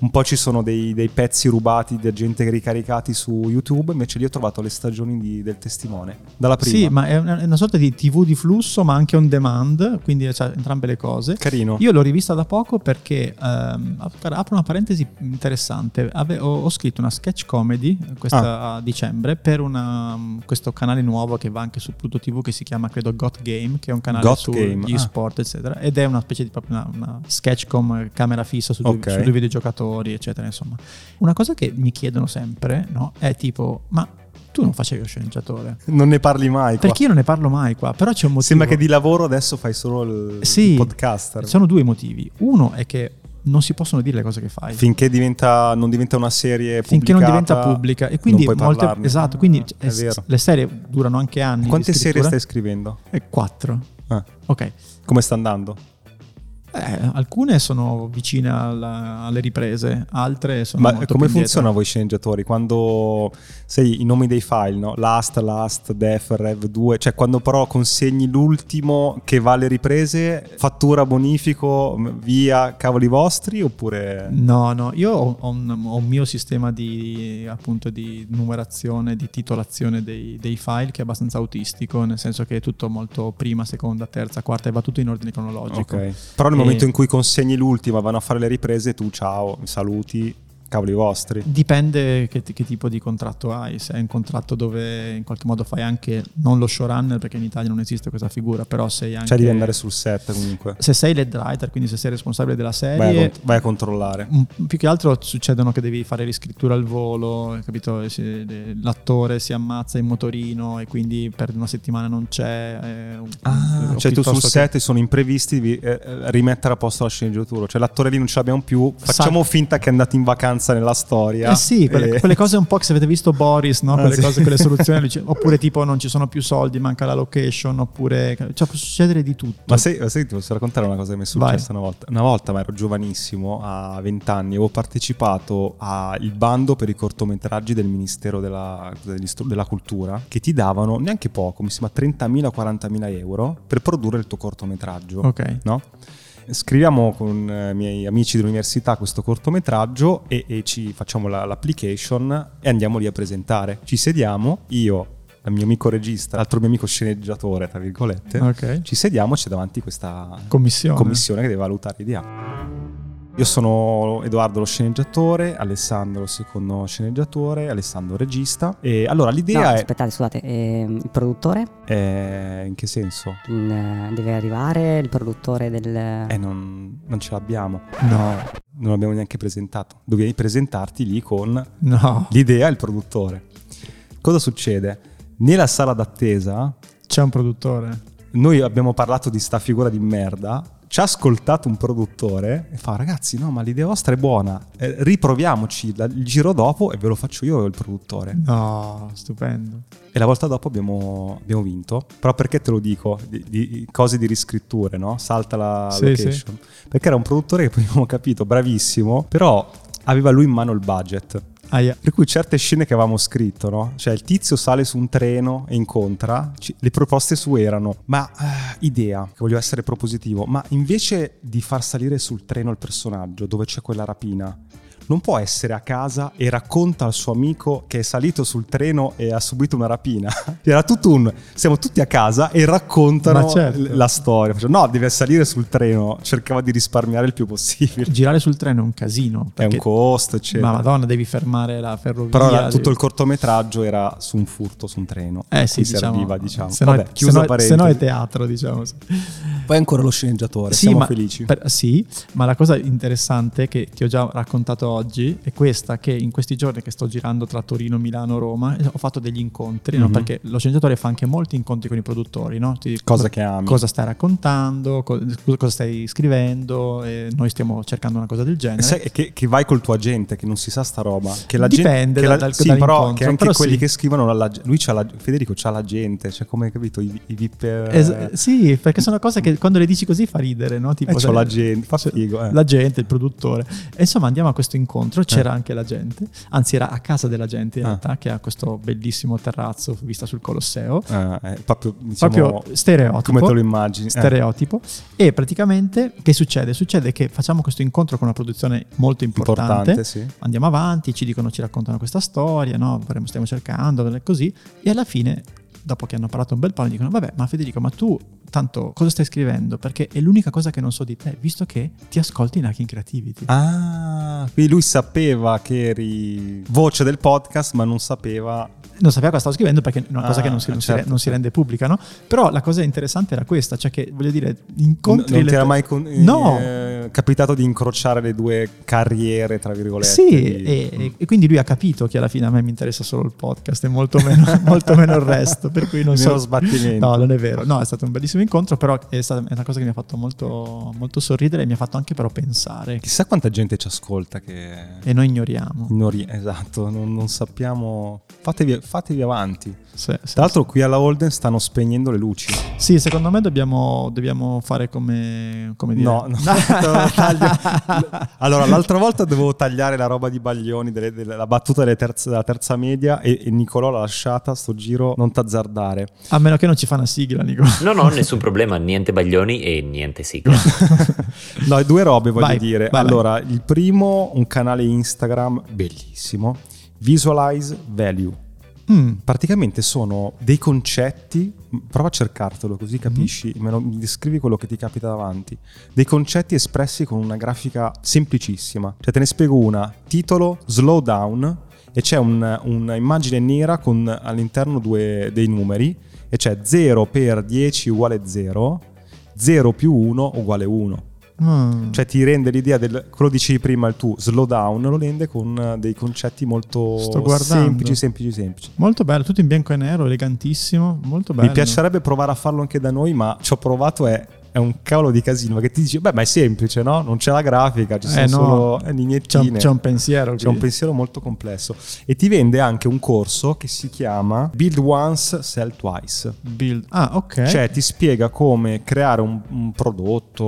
Speaker 1: un po' ci sono dei, dei pezzi rubati da gente ricaricati su YouTube, invece lì ho trovato le stagioni di- del testimone, dalla prima.
Speaker 2: Sì, ma è una, è una sorta di TV di flusso, ma anche on demand, quindi c'ha entrambe le cose.
Speaker 1: Carino.
Speaker 2: Io l'ho rivista da poco perché, ehm, ap- apro una parentesi interessante, Ave- ho, ho scritto una sketch comedy eh,
Speaker 1: Ah.
Speaker 2: questa a dicembre per una, mm, questo canale nuovo che va anche su Pluto TV che si chiama credo Got Game, che è un canale
Speaker 1: Got
Speaker 2: su
Speaker 1: Game,
Speaker 2: gli
Speaker 1: ah.
Speaker 2: sport eccetera, ed è una specie di proprio una, una sketch con camera fissa su due,
Speaker 1: Ok.
Speaker 2: su due videogiocatori eccetera insomma. Una cosa che mi chiedono sempre no, è tipo ma tu non facevi lo sceneggiatore?
Speaker 1: Non ne parli mai. Qua.
Speaker 2: Perché io non ne parlo mai qua, però c'è un motivo.
Speaker 1: Sembra che di lavoro adesso fai solo il,
Speaker 2: Sì,
Speaker 1: il podcaster.
Speaker 2: Sono due motivi. Uno è che non si possono dire le cose che fai.
Speaker 1: finché diventa, non diventa una serie
Speaker 2: Finché non
Speaker 1: pubblicata,
Speaker 2: diventa pubblica e quindi
Speaker 1: non puoi
Speaker 2: molte,
Speaker 1: parlarne.
Speaker 2: esatto, quindi
Speaker 1: Ah,
Speaker 2: c-
Speaker 1: è
Speaker 2: es-
Speaker 1: vero.
Speaker 2: le serie durano anche anni. di
Speaker 1: Quante serie
Speaker 2: scrittura.
Speaker 1: stai scrivendo?
Speaker 2: Eh, Quattro.
Speaker 1: Ah,
Speaker 2: Ok.
Speaker 1: come sta andando?
Speaker 2: Eh, alcune sono vicine alla- alle riprese, altre sono
Speaker 1: Ma come
Speaker 2: molto più indietro.
Speaker 1: funziona voi sceneggiatori? Quando sei i nomi dei file, no? Last, Last, Def, Rev 2, cioè quando però consegni l'ultimo che va alle riprese, fattura bonifico, m- via cavoli vostri oppure...
Speaker 2: No, no, io ho, ho un, ho un mio sistema di, appunto, di numerazione, di titolazione dei, dei file che è abbastanza autistico, nel senso che è tutto molto prima, seconda, terza, quarta e va tutto in ordine cronologico.
Speaker 1: Ok. Però nel
Speaker 2: E-
Speaker 1: momento in cui consegni l'ultima, vanno a fare le riprese, tu ciao, mi saluti, cavoli vostri.
Speaker 2: Dipende che, ti- che tipo di contratto hai, se hai un contratto dove in qualche modo fai anche non lo showrunner, perché in Italia non esiste questa figura, però sei anche...
Speaker 1: Cioè devi andare sul set comunque.
Speaker 2: Se sei lead writer, quindi se sei responsabile della
Speaker 1: Vai a,
Speaker 2: serie,
Speaker 1: cont- vai a controllare.
Speaker 2: Mm, più che altro succedono che devi fare riscrittura al volo, capito? E se- de- L'attore si ammazza in motorino e quindi per una settimana non c'è. eh, o- o
Speaker 1: cioè tu sul
Speaker 2: piuttosto che- Eh
Speaker 1: set ci sono imprevisti, devi eh, eh, rimettere a posto la sceneggiatura. Cioè l'attore lì non ce l'abbiamo più, facciamo finta che è andato in vacanza nella storia.
Speaker 2: Eh sì, quelle,
Speaker 1: E-
Speaker 2: quelle cose un po' che se avete visto Boris, no?
Speaker 1: Ah,
Speaker 2: quelle
Speaker 1: sì.
Speaker 2: cose, quelle soluzioni, dice- oppure tipo non ci sono più soldi, manca la location, oppure cioè, può succedere di tutto.
Speaker 1: Ma se, ma se ti posso raccontare una cosa che mi è
Speaker 2: Vai.
Speaker 1: successa una volta? Una volta, ma ero giovanissimo, a 20 anni, avevo partecipato al bando per i cortometraggi del Ministero della, dell'Istru- della Cultura, che ti davano neanche poco, mi sembra 30.000-40.000 euro per produrre il tuo cortometraggio.
Speaker 2: Ok.
Speaker 1: no? Scriviamo con eh, i miei amici dell'università questo cortometraggio e, e ci facciamo la- l'application e andiamo lì a presentare. Ci sediamo, io, il mio amico regista, l'altro mio amico sceneggiatore, tra virgolette,
Speaker 2: Ok.
Speaker 1: ci sediamo e c'è davanti questa
Speaker 2: Commissione.
Speaker 1: commissione che deve valutare l'idea. Io sono Edoardo lo sceneggiatore, Alessandro il secondo sceneggiatore, Alessandro regista. E allora
Speaker 5: No,
Speaker 1: l'idea è...
Speaker 5: aspettate, scusate, ehm, il produttore
Speaker 1: eh, in che senso?
Speaker 5: mm, eh, deve arrivare, il produttore del...
Speaker 1: Eh, non, non ce l'abbiamo.
Speaker 2: No,
Speaker 1: non abbiamo neanche presentato. Dovevi presentarti lì con
Speaker 2: no,
Speaker 1: l'idea e il produttore. Cosa succede? Nella sala d'attesa,
Speaker 2: c'è un produttore.
Speaker 1: noi abbiamo parlato di sta figura di merda, ci ha ascoltato un produttore e fa ragazzi no ma l'idea vostra è buona, Eh, riproviamoci la- il giro dopo e ve lo faccio io il produttore.
Speaker 2: No, stupendo.
Speaker 1: E la volta dopo abbiamo, abbiamo vinto, però perché te lo dico? Di, di- cose di riscritture, no? Salta la
Speaker 2: Sì,
Speaker 1: location. Perché era un produttore che poi abbiamo capito, bravissimo, però aveva lui in mano il budget.
Speaker 2: Aia.
Speaker 1: Per cui certe scene che avevamo scritto, no? Cioè il tizio sale su un treno e incontra, ci- le proposte su erano, ma eh, idea, che voglio essere propositivo, ma invece di far salire sul treno il personaggio dove c'è quella rapina, non può essere a casa e racconta al suo amico che è salito sul treno e ha subito una rapina. Era tutto un... Siamo tutti a casa e raccontano
Speaker 2: Ma certo.
Speaker 1: l- la storia. Faccio, No, deve salire sul treno. Cercava di risparmiare il più possibile.
Speaker 2: Girare sul treno è un casino.
Speaker 1: È un
Speaker 2: perché-
Speaker 1: costo, eccetera.
Speaker 2: Ma madonna, devi fermare la ferrovia.
Speaker 1: Però era-
Speaker 2: devi-
Speaker 1: tutto il cortometraggio era su un furto, su un treno.
Speaker 2: Eh sì,
Speaker 1: Quindi
Speaker 2: diciamo,
Speaker 1: serviva, diciamo.
Speaker 2: Se no,
Speaker 1: Vabbè, chiusa
Speaker 2: se no-
Speaker 1: parentesi.
Speaker 2: se no è teatro, diciamo.
Speaker 1: Poi ancora lo sceneggiatore,
Speaker 2: Sì,
Speaker 1: siamo
Speaker 2: ma-
Speaker 1: felici.
Speaker 2: per- sì, ma la cosa interessante che ti ho già raccontato oggi è questa, che in questi giorni che sto girando tra Torino, Milano, Roma, eh, ho fatto degli incontri, no?
Speaker 1: Mhm.
Speaker 2: perché lo sceneggiatore fa anche molti incontri con i produttori, no? Ti-
Speaker 1: Cosa che ami.
Speaker 2: cosa stai raccontando, co- cosa stai scrivendo, e noi stiamo cercando una cosa del genere.
Speaker 1: Sai che, che vai col tuo agente, che non si sa sta roba. Che la gente,
Speaker 2: Dipende
Speaker 1: che la-
Speaker 2: dal- dal-
Speaker 1: sì,
Speaker 2: dall'incontro,
Speaker 1: però che anche
Speaker 2: però
Speaker 1: quelli
Speaker 2: sì.
Speaker 1: che scrivono, alla- lui c'ha la, Federico c'ha la gente, cioè come capito i, i VIP. eh,
Speaker 2: Es- sì, perché sono cose che quando le dici così fa ridere, no? Tipo,
Speaker 1: Eh, c'ho
Speaker 2: sai-
Speaker 1: la gente, fa
Speaker 2: c'ho-
Speaker 1: figo, eh.
Speaker 2: La gente, il produttore. E insomma andiamo a questo incontro, c'era anche la gente, anzi era a casa della gente in
Speaker 1: Ah.
Speaker 2: realtà, che ha questo bellissimo terrazzo vista sul Colosseo.
Speaker 1: eh, eh, proprio, diciamo,
Speaker 2: Proprio stereotipo.
Speaker 1: Come te lo immagini? eh.
Speaker 2: Stereotipo. E praticamente che succede? Succede che facciamo questo incontro con una produzione molto
Speaker 1: importante,
Speaker 2: importante.
Speaker 1: sì.
Speaker 2: Andiamo avanti, ci dicono, ci raccontano questa storia, no? Vorremmo- stiamo cercando, così. E alla fine, dopo che hanno parlato un bel po', mi dicono, vabbè, ma Federico, ma tu tanto cosa stai scrivendo? Perché è l'unica cosa che non so di te, visto che ti ascolti in Hacking Creativity.
Speaker 1: Ah, quindi lui sapeva che eri voce del podcast, ma non sapeva
Speaker 2: non sapeva cosa stavo scrivendo perché è una cosa
Speaker 1: Ah,
Speaker 2: che non si, non si
Speaker 1: certo,
Speaker 2: re- non si
Speaker 1: certo.
Speaker 2: rende pubblica, no? Però la cosa interessante era questa, cioè che voglio dire, incontri...
Speaker 1: N- non
Speaker 2: le-
Speaker 1: ti era mai con- eh,
Speaker 2: No!
Speaker 1: capitato di incrociare le due carriere, tra virgolette?
Speaker 2: Sì,
Speaker 1: di- Mm.
Speaker 2: e, e quindi lui ha capito che alla fine a me mi interessa solo il podcast e molto meno, molto meno il resto, per cui non
Speaker 1: Meno
Speaker 2: so...
Speaker 1: sbattimento.
Speaker 2: No, non è vero. No, è stato un bellissimo incontro, però è stata è una cosa che mi ha fatto molto, molto sorridere e mi ha fatto anche però pensare.
Speaker 1: Chissà quanta gente ci ascolta che...
Speaker 2: E noi ignoriamo.
Speaker 1: non ri- esatto, non, non sappiamo... Fatevi, fatevi avanti.
Speaker 2: Se- se-
Speaker 1: Tra l'altro qui alla Holden stanno spegnendo le luci.
Speaker 2: Sì, secondo me dobbiamo, dobbiamo fare come... come dire.
Speaker 1: No, no. Taglio- allora, l'altra volta dovevo tagliare la roba di Baglioni, delle- della la battuta delle terze- della terza media e, e Nicolò l'ha lasciata sto giro non t'azzardare.
Speaker 2: A meno che non ci fa una sigla, Nico.
Speaker 4: Non ho nessun problema, niente baglioni e niente sigla.
Speaker 1: No, due robe voglio
Speaker 2: Vai,
Speaker 1: dire.
Speaker 2: vai, vai.
Speaker 1: allora, il primo, un canale Instagram bellissimo, Visualize Value.
Speaker 2: Mm.
Speaker 1: Praticamente sono dei concetti, prova a cercartelo così
Speaker 2: Mhm.
Speaker 1: capisci, me lo- mi descrivi quello che ti capita davanti, dei concetti espressi con una grafica semplicissima. Cioè te ne spiego una, titolo Slow Down e c'è un- un'immagine nera con all'interno due, dei numeri e c'è 0 per 10 uguale 0, 0 più 1 uguale 1.
Speaker 2: Mm.
Speaker 1: Cioè ti rende l'idea del quello dicevi prima il tu slow down lo rende con eh, dei concetti molto
Speaker 2: Sto guardando.
Speaker 1: semplici, semplici, semplici.
Speaker 2: Molto bello, tutto in bianco e nero, elegantissimo, molto bello.
Speaker 1: Mi piacerebbe provare a farlo anche da noi, ma ci ho provato è, è un cavolo di casino perché ti dici beh, ma è semplice, no? Non c'è la grafica, ci sono
Speaker 2: Eh, no.
Speaker 1: solo eh,
Speaker 2: C'è
Speaker 1: lignettine.
Speaker 2: un, c'è un pensiero.
Speaker 1: C'è un
Speaker 2: qui.
Speaker 1: pensiero molto complesso e ti vende anche un corso che si chiama Build Once, Sell Twice.
Speaker 2: Build. Ah, ok.
Speaker 1: Cioè ti spiega come creare un, un prodotto,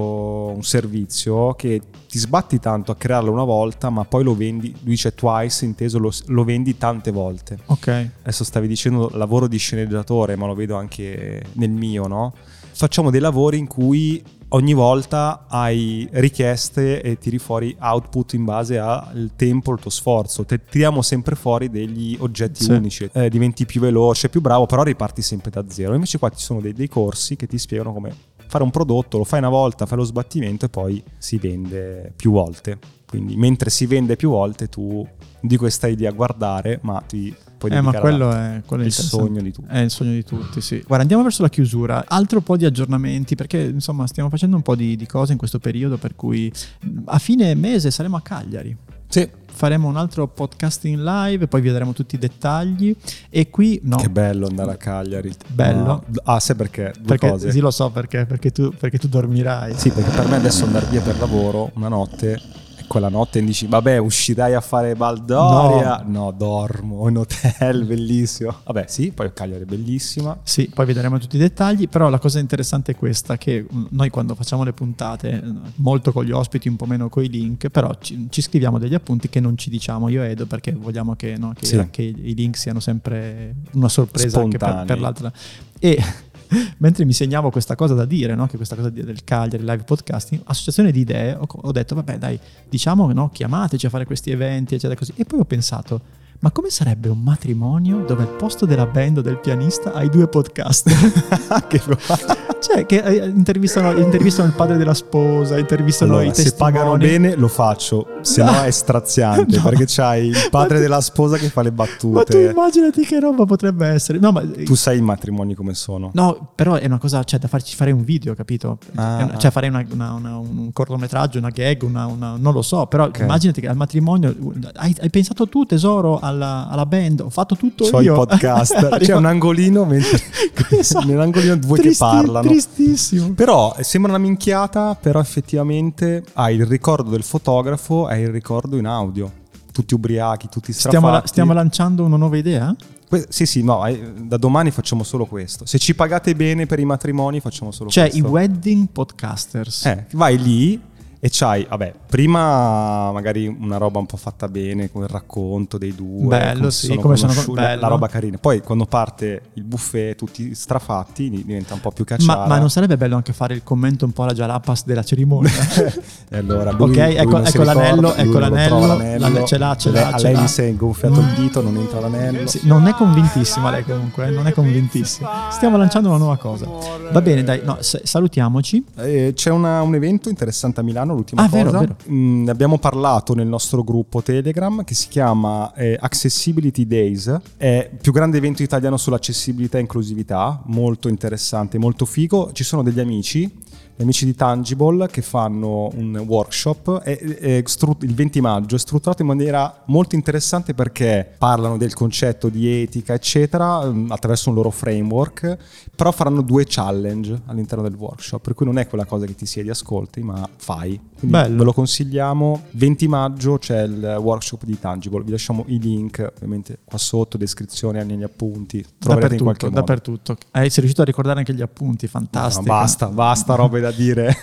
Speaker 1: un servizio che ti sbatti tanto a crearlo una volta, ma poi lo vendi, lui dice twice, inteso lo, lo vendi tante volte.
Speaker 2: ok. Eh,
Speaker 1: Adesso stavi dicendo lavoro di sceneggiatore, ma lo vedo anche nel mio, no? Facciamo dei lavori in cui ogni volta hai richieste e tiri fuori output in base al tempo, al tuo sforzo. Te- tiriamo sempre fuori degli oggetti
Speaker 2: Sì.
Speaker 1: unici. Eh, diventi più veloce, più bravo, però riparti sempre da zero. Invece qua ci sono dei, dei corsi che ti spiegano come fare un prodotto, lo fai una volta, fai lo sbattimento e poi si vende più volte. Quindi mentre si vende più volte tu di questa idea a guardare, ma ti puoi
Speaker 2: Eh, ma
Speaker 1: dedicare
Speaker 2: quello
Speaker 1: ad
Speaker 2: è, quello è
Speaker 1: il
Speaker 2: interessante.
Speaker 1: sogno di tutti.
Speaker 2: È il sogno di tutti, sì. Guarda, andiamo verso la chiusura. Altro po' di aggiornamenti, perché insomma stiamo facendo un po' di, di cose in questo periodo, per cui mh, a fine mese saremo a Cagliari.
Speaker 1: Sì,
Speaker 2: Faremo un altro podcast in live, poi vi daremo tutti i dettagli. E qui, no,
Speaker 1: Che bello andare a Cagliari.
Speaker 2: Bello.
Speaker 1: No. Ah, sai perché? Due
Speaker 2: perché,
Speaker 1: cose.
Speaker 2: sì, lo so perché, perché tu, perché tu dormirai.
Speaker 1: Sì, perché per me adesso andare via per lavoro una notte e quella notte dici, vabbè, uscirai a fare Baldoria. No, dormo in hotel, bellissimo. Vabbè, sì, poi Cagliari è bellissima.
Speaker 2: Sì, poi vi daremo tutti i dettagli, però la cosa interessante è questa, che mm, noi quando facciamo le puntate, eh, molto con gli ospiti, un po' meno con i link, però ci, ci scriviamo degli appunti che non ci diciamo io e Edo perché vogliamo che, no, che-
Speaker 1: Sì.
Speaker 2: che i link siano sempre una sorpresa anche per- per,
Speaker 1: Spontanei.
Speaker 2: l'altra. E mentre mi segnavo questa cosa da dire, no? che questa cosa di- del Cagliari Live Podcasting, associazione di idee, ho, ho detto vabbè dai, diciamo no, chiamateci a fare questi eventi, eccetera così. E poi ho pensato, ma come sarebbe un matrimonio dove al posto della band o del pianista hai due podcast? che Cioè, che eh, intervistano, intervistano il padre della sposa, intervistano
Speaker 1: Allora,
Speaker 2: i testimoni.
Speaker 1: se pagano bene lo faccio, se no,
Speaker 2: No.
Speaker 1: è straziante
Speaker 2: No.
Speaker 1: perché c'hai il padre
Speaker 2: Ma tu-
Speaker 1: della sposa che fa le
Speaker 2: Ma tu
Speaker 1: battute. Tu,
Speaker 2: immaginati che roba potrebbe essere. No, ma
Speaker 1: sai i matrimoni come sono.
Speaker 2: No, però è una cosa, cioè, da farci fare un video, capito?
Speaker 1: Ah.
Speaker 2: È una- cioè, farei una- una- una- un cortometraggio, una gag, una, una- non lo so. Però
Speaker 1: Ok.
Speaker 2: immaginati che al matrimonio hai, hai pensato tu, tesoro, alla, alla band, ho fatto tutto
Speaker 1: C'ho
Speaker 2: io.
Speaker 1: il podcast, c'è
Speaker 2: Arriva-
Speaker 1: un angolino mentre-
Speaker 2: Esatto.
Speaker 1: nell'angolino due che
Speaker 2: Tristi-
Speaker 1: parlano.
Speaker 2: Tristissimo.
Speaker 1: Però eh, sembra una minchiata, però effettivamente hai il ricordo del fotografo, hai il ricordo in audio. Tutti ubriachi, tutti strafatti.
Speaker 2: Stiamo, la- stiamo lanciando una nuova idea?
Speaker 1: Que- sì, sì, no, eh, da domani facciamo solo questo. Se ci pagate bene per i matrimoni facciamo solo
Speaker 2: Cioè, i
Speaker 1: questo.
Speaker 2: wedding podcasters.
Speaker 1: Eh, vai lì e c'hai, vabbè, prima magari una roba un po' fatta bene con il racconto dei due,
Speaker 2: Bello,
Speaker 1: come
Speaker 2: sì, come sono
Speaker 1: conosciuti,
Speaker 2: con- bello.
Speaker 1: la roba carina. Poi quando parte il buffet tutti strafatti di- diventa un po' più cacciata.
Speaker 2: Ma, ma non sarebbe bello anche fare il commento un po' alla Jalapas della cerimonia?
Speaker 1: E allora lui-
Speaker 2: Ok,
Speaker 1: lui
Speaker 2: ecco-
Speaker 1: non si
Speaker 2: ecco
Speaker 1: ricorda,
Speaker 2: l'anello,
Speaker 1: lui
Speaker 2: ecco
Speaker 1: non lo
Speaker 2: l'anello,
Speaker 1: trova
Speaker 2: l'anello, ce l'ha, ce
Speaker 1: Lei-
Speaker 2: l'ha,
Speaker 1: A
Speaker 2: ce
Speaker 1: lei
Speaker 2: l'ha.
Speaker 1: mi si è ingonfiato il dito, non entra l'anello.
Speaker 2: Sì, non è convintissima lei comunque, eh, non è convintissima. Stiamo lanciando una nuova cosa. Va bene, dai, no, sa- salutiamoci.
Speaker 1: Eh, c'è una- un evento interessante a Milano, l'ultima
Speaker 2: Ah,
Speaker 1: cosa.
Speaker 2: vero, vero.
Speaker 1: Mm, ne abbiamo parlato nel nostro gruppo Telegram che si chiama eh, Accessibility Days. È il più grande evento italiano sull'accessibilità e inclusività, molto interessante, molto figo. Ci sono degli amici, gli amici di Tangible che fanno un workshop e- e stru- il 20 maggio, è strutturato in maniera molto interessante perché parlano del concetto di etica, eccetera, mm, attraverso un loro framework però faranno due challenge all'interno del workshop, per cui non è quella cosa che ti siedi e ascolti, ma fai. Quindi
Speaker 2: Bello.
Speaker 1: ve lo consigliamo. 20 maggio c'è il workshop di Tangible, vi lasciamo i link ovviamente qua sotto, descrizione, negli appunti, troverete in qualche
Speaker 2: Dappertutto,
Speaker 1: modo.
Speaker 2: dappertutto. Eh, sei riuscito a ricordare anche gli appunti,
Speaker 1: No,
Speaker 2: fantastico.
Speaker 1: basta, basta robe da dire.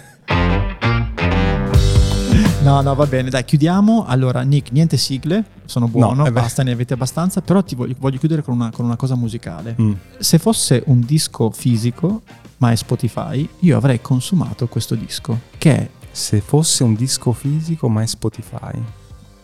Speaker 2: No, no, va bene, dai, chiudiamo. Allora, Nick, niente sigle, sono buono,
Speaker 1: No, eh beh.
Speaker 2: basta, ne avete abbastanza, però ti voglio, voglio chiudere con una, con una cosa musicale.
Speaker 1: Mm.
Speaker 2: Se fosse un disco fisico, ma è Spotify, io avrei consumato questo disco, che è
Speaker 1: Se fosse un disco fisico, ma è Spotify.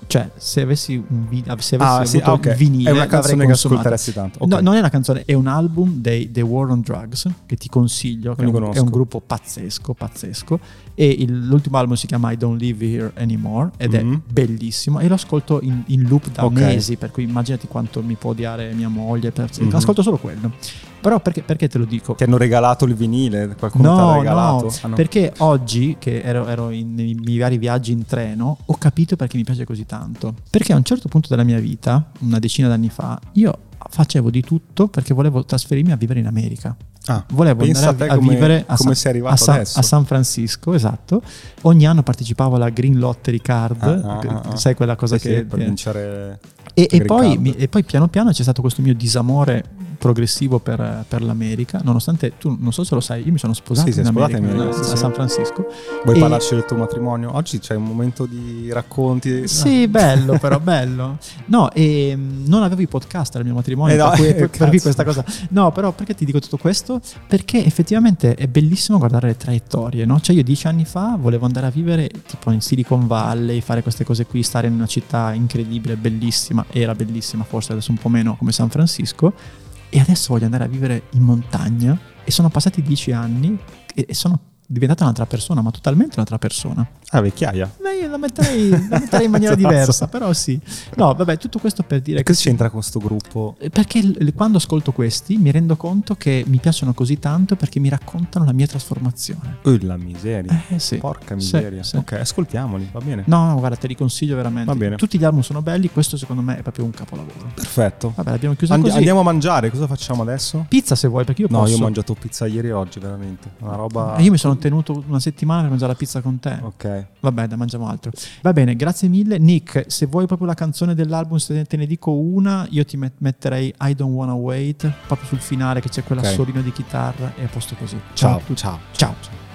Speaker 2: Cioè, se avessi un vi- se avessi
Speaker 1: Ah,
Speaker 2: avuto
Speaker 1: sì, ah, ok.
Speaker 2: il vinile,
Speaker 1: È una
Speaker 2: l'avrei
Speaker 1: canzone che
Speaker 2: consumato.
Speaker 1: ascolteresti tanto. Ok.
Speaker 2: No, non è una canzone, è un album dei The War on Drugs che ti consiglio. Che è,
Speaker 1: Non li
Speaker 2: un, è
Speaker 1: conosco.
Speaker 2: un gruppo pazzesco, pazzesco. E il- l'ultimo album si chiama I Don't Live Here Anymore ed
Speaker 1: Mhm.
Speaker 2: è bellissimo. E lo ascolto in, in loop da
Speaker 1: Ok.
Speaker 2: mesi. Per cui immaginati quanto mi può odiare mia moglie. Per,
Speaker 1: Mhm.
Speaker 2: Ascolto solo quello. Però perché, perché te lo dico?
Speaker 1: Ti hanno regalato il vinile? Qualcuno ti ha regalato?
Speaker 2: No,
Speaker 1: Ah, no.
Speaker 2: perché oggi che ero, ero in- nei miei vari viaggi in treno ho capito perché mi piace così tanto. Perché a un certo punto della mia vita, una decina d'anni fa, io facevo di tutto perché volevo trasferirmi a vivere in America.
Speaker 1: Ah,
Speaker 2: Volevo
Speaker 1: pensa
Speaker 2: andare
Speaker 1: a
Speaker 2: a,
Speaker 1: te
Speaker 2: a
Speaker 1: come-
Speaker 2: vivere
Speaker 1: come
Speaker 2: a, San,
Speaker 1: sei arrivato
Speaker 2: a San-
Speaker 1: adesso.
Speaker 2: a San Francisco, esatto. Ogni anno partecipavo alla Green Lottery Card,
Speaker 1: Ah, ah,
Speaker 2: che-
Speaker 1: ah, ah.
Speaker 2: sai quella cosa
Speaker 1: Sì,
Speaker 2: che...
Speaker 1: sì, per vincere
Speaker 2: E, e
Speaker 1: Green
Speaker 2: poi,
Speaker 1: Card.
Speaker 2: mi- e poi piano piano c'è stato questo mio disamore progressivo per, per l'America, nonostante tu non so se lo sai, io mi sono sposato
Speaker 1: Sì, sì,
Speaker 2: in
Speaker 1: sposata
Speaker 2: America,
Speaker 1: in America,
Speaker 2: a
Speaker 1: sì, sì.
Speaker 2: San Francisco.
Speaker 1: Vuoi
Speaker 2: E-
Speaker 1: parlarci del tuo matrimonio? Oggi c'è un momento di racconti.
Speaker 2: Sì, bello però, bello. No, e mm, non avevo i podcast al mio matrimonio,
Speaker 1: Eh no,
Speaker 2: per cui- per,
Speaker 1: cazzo.
Speaker 2: per cui questa cosa. No, però perché ti dico tutto questo? Perché effettivamente è bellissimo guardare le traiettorie, no? Cioè io dieci anni fa volevo andare a vivere tipo in Silicon Valley, fare queste cose qui, stare in una città incredibile, bellissima, era bellissima forse adesso un po' meno come San Francisco, e adesso voglio andare a vivere in montagna e sono passati dieci anni e, e sono diventata un'altra persona, ma totalmente un'altra persona.
Speaker 1: Ah, vecchiaia.
Speaker 2: Ma io la metterei, la metterei in maniera
Speaker 1: Esatto.
Speaker 2: diversa, però sì. No, vabbè, tutto questo per dire
Speaker 1: E
Speaker 2: che...
Speaker 1: cosa c'entra con sto gruppo?
Speaker 2: Perché l- quando ascolto questi mi rendo conto che mi piacciono così tanto perché mi raccontano la mia trasformazione.
Speaker 1: Oh, la miseria.
Speaker 2: Eh sì.
Speaker 1: Porca
Speaker 2: Sì,
Speaker 1: miseria.
Speaker 2: sì.
Speaker 1: Ok, ascoltiamoli, va bene.
Speaker 2: No, no, guarda, te li consiglio veramente.
Speaker 1: Va bene.
Speaker 2: Tutti gli album sono belli, questo secondo me è proprio un capolavoro.
Speaker 1: Perfetto.
Speaker 2: Vabbè, l'abbiamo chiuso
Speaker 1: Andi-
Speaker 2: così.
Speaker 1: andiamo a mangiare, cosa facciamo adesso?
Speaker 2: Pizza se vuoi, perché io
Speaker 1: No,
Speaker 2: posso...
Speaker 1: io ho mangiato pizza ieri e oggi, veramente. Una roba.
Speaker 2: Eh, Io mi sono tenuto una settimana per mangiare la pizza con te.
Speaker 1: Ok.
Speaker 2: Vabbè, dai, mangiamo altro. Va bene, grazie mille. Nick, se vuoi proprio la canzone dell'album, se te ne dico una, io ti met- metterei I Don't Wanna Wait, proprio sul finale che c'è
Speaker 1: Ok.
Speaker 2: quell'assolino di chitarra e a posto così.
Speaker 1: Ciao,
Speaker 2: a tutti.
Speaker 1: ciao.
Speaker 2: ciao.